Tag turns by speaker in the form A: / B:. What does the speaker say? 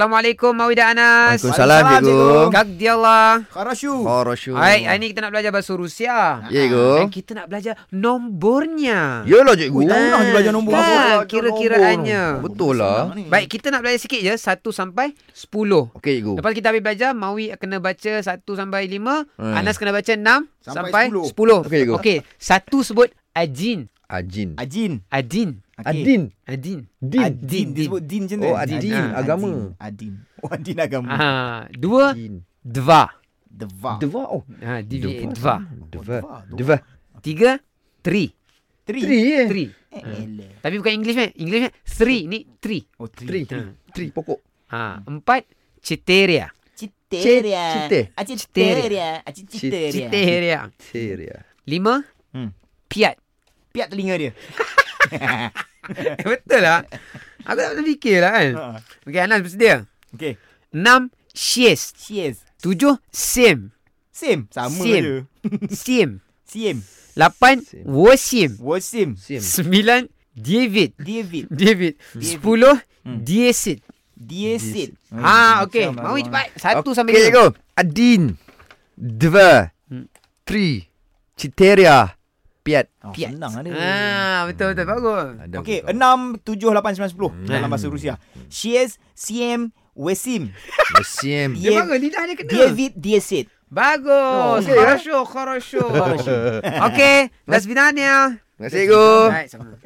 A: Assalamualaikum Mawidah Anas.
B: Waalaikumsalam, cikgu.
A: Gagdiallah.
C: Kharashu.
B: Horoshu.
A: Hai, hari ni Ah, kita nak belajar bahasa Rusia. Dan
B: Ya, cikgu.
A: kita nak belajar nombornya.
B: Yalah, cikgu.
C: Ui, tahu lah dia belajar nombor
A: Kan,
C: apa.
A: kira-kiraannya.
B: Betul lah.
C: Senang ni.
A: Baik, kita nak belajar sikit je 1 sampai 10.
B: Okey, cikgu.
A: Lepas kita habis belajar, Mawi kena baca 1 sampai 5,
B: Hmm.
A: Anas kena baca 6 sampai,
C: Sampai 10.
A: 10. Okey,
B: Okey, cikgu.
A: Okey, satu sebut ajin.
B: Ajin.
C: Ajin.
A: Adin.
C: Okey.
B: Adin.
A: Adin.
B: Din.
C: Adin. Din. Dia sebut din je
B: Oh,
C: kan?
B: adin. Agama.
C: Adin. Oh, adin agama.
A: Ah, dua,
B: Adin.
A: dva.
C: Deva.
B: Deva. Oh.
A: Ha, dva.
B: Deva.
A: dva.
B: Deva.
C: Ah. Deva.
B: Deva.
A: Tiga, tri.
C: Tri.
B: Tri eh.
A: Tri. Ah.
C: Eh, eleh.
A: Tapi bukan English meh. English meh. Three ni three.
C: Oh, tri.
B: Tri.
A: Tri.
B: Tri pokok.
A: Ha, empat ceteria.
C: Citeria.
B: Cite.
C: Ah, Citeria. Ah, Citeria.
A: Ceteria.
B: Seria.
A: Lima
C: Hmm.
A: piat.
C: Piat telinga dia.
A: Eh, betul lah. Aku tak pernah fikir lah kan.
C: Ha.
A: Okey Anas bersedia.
C: Okey.
A: Enam sies.
C: Cheers.
A: Tujuh sim.
C: Sim. Sama
A: Sim.
C: je.
A: Sim.
C: Sim.
A: Lapan
B: Sim.
A: wosim.
C: Wasim.
B: Sim.
A: Sembilan David.
C: David. Hmm.
A: David. Sepuluh diesit.
C: Diesit.
A: Ha okey. Mawi cepat. Satu sampai
B: Okey,
A: lima.
B: cikgu. Adin. Deva. Tri. Citeria. Piat.
C: Oh,
A: Piat.
C: senang lah dia.
A: Ah, betul betul bagus.
B: Ada
C: Okey,
B: betul.
C: enam, tujuh, lapan, sembilan, sepuluh dalam bahasa Rusia. Shies, Siem, Wesim,
B: Ya, Sim.
A: Dia
C: Yev-
A: bagus lidah dia kena.
C: David, Diesit.
A: Bagus.
B: Okey,
A: Хорошо, хорошо. Okey, до свидания.
B: Terima kasih, cikgu.
A: ya, Baik, sama.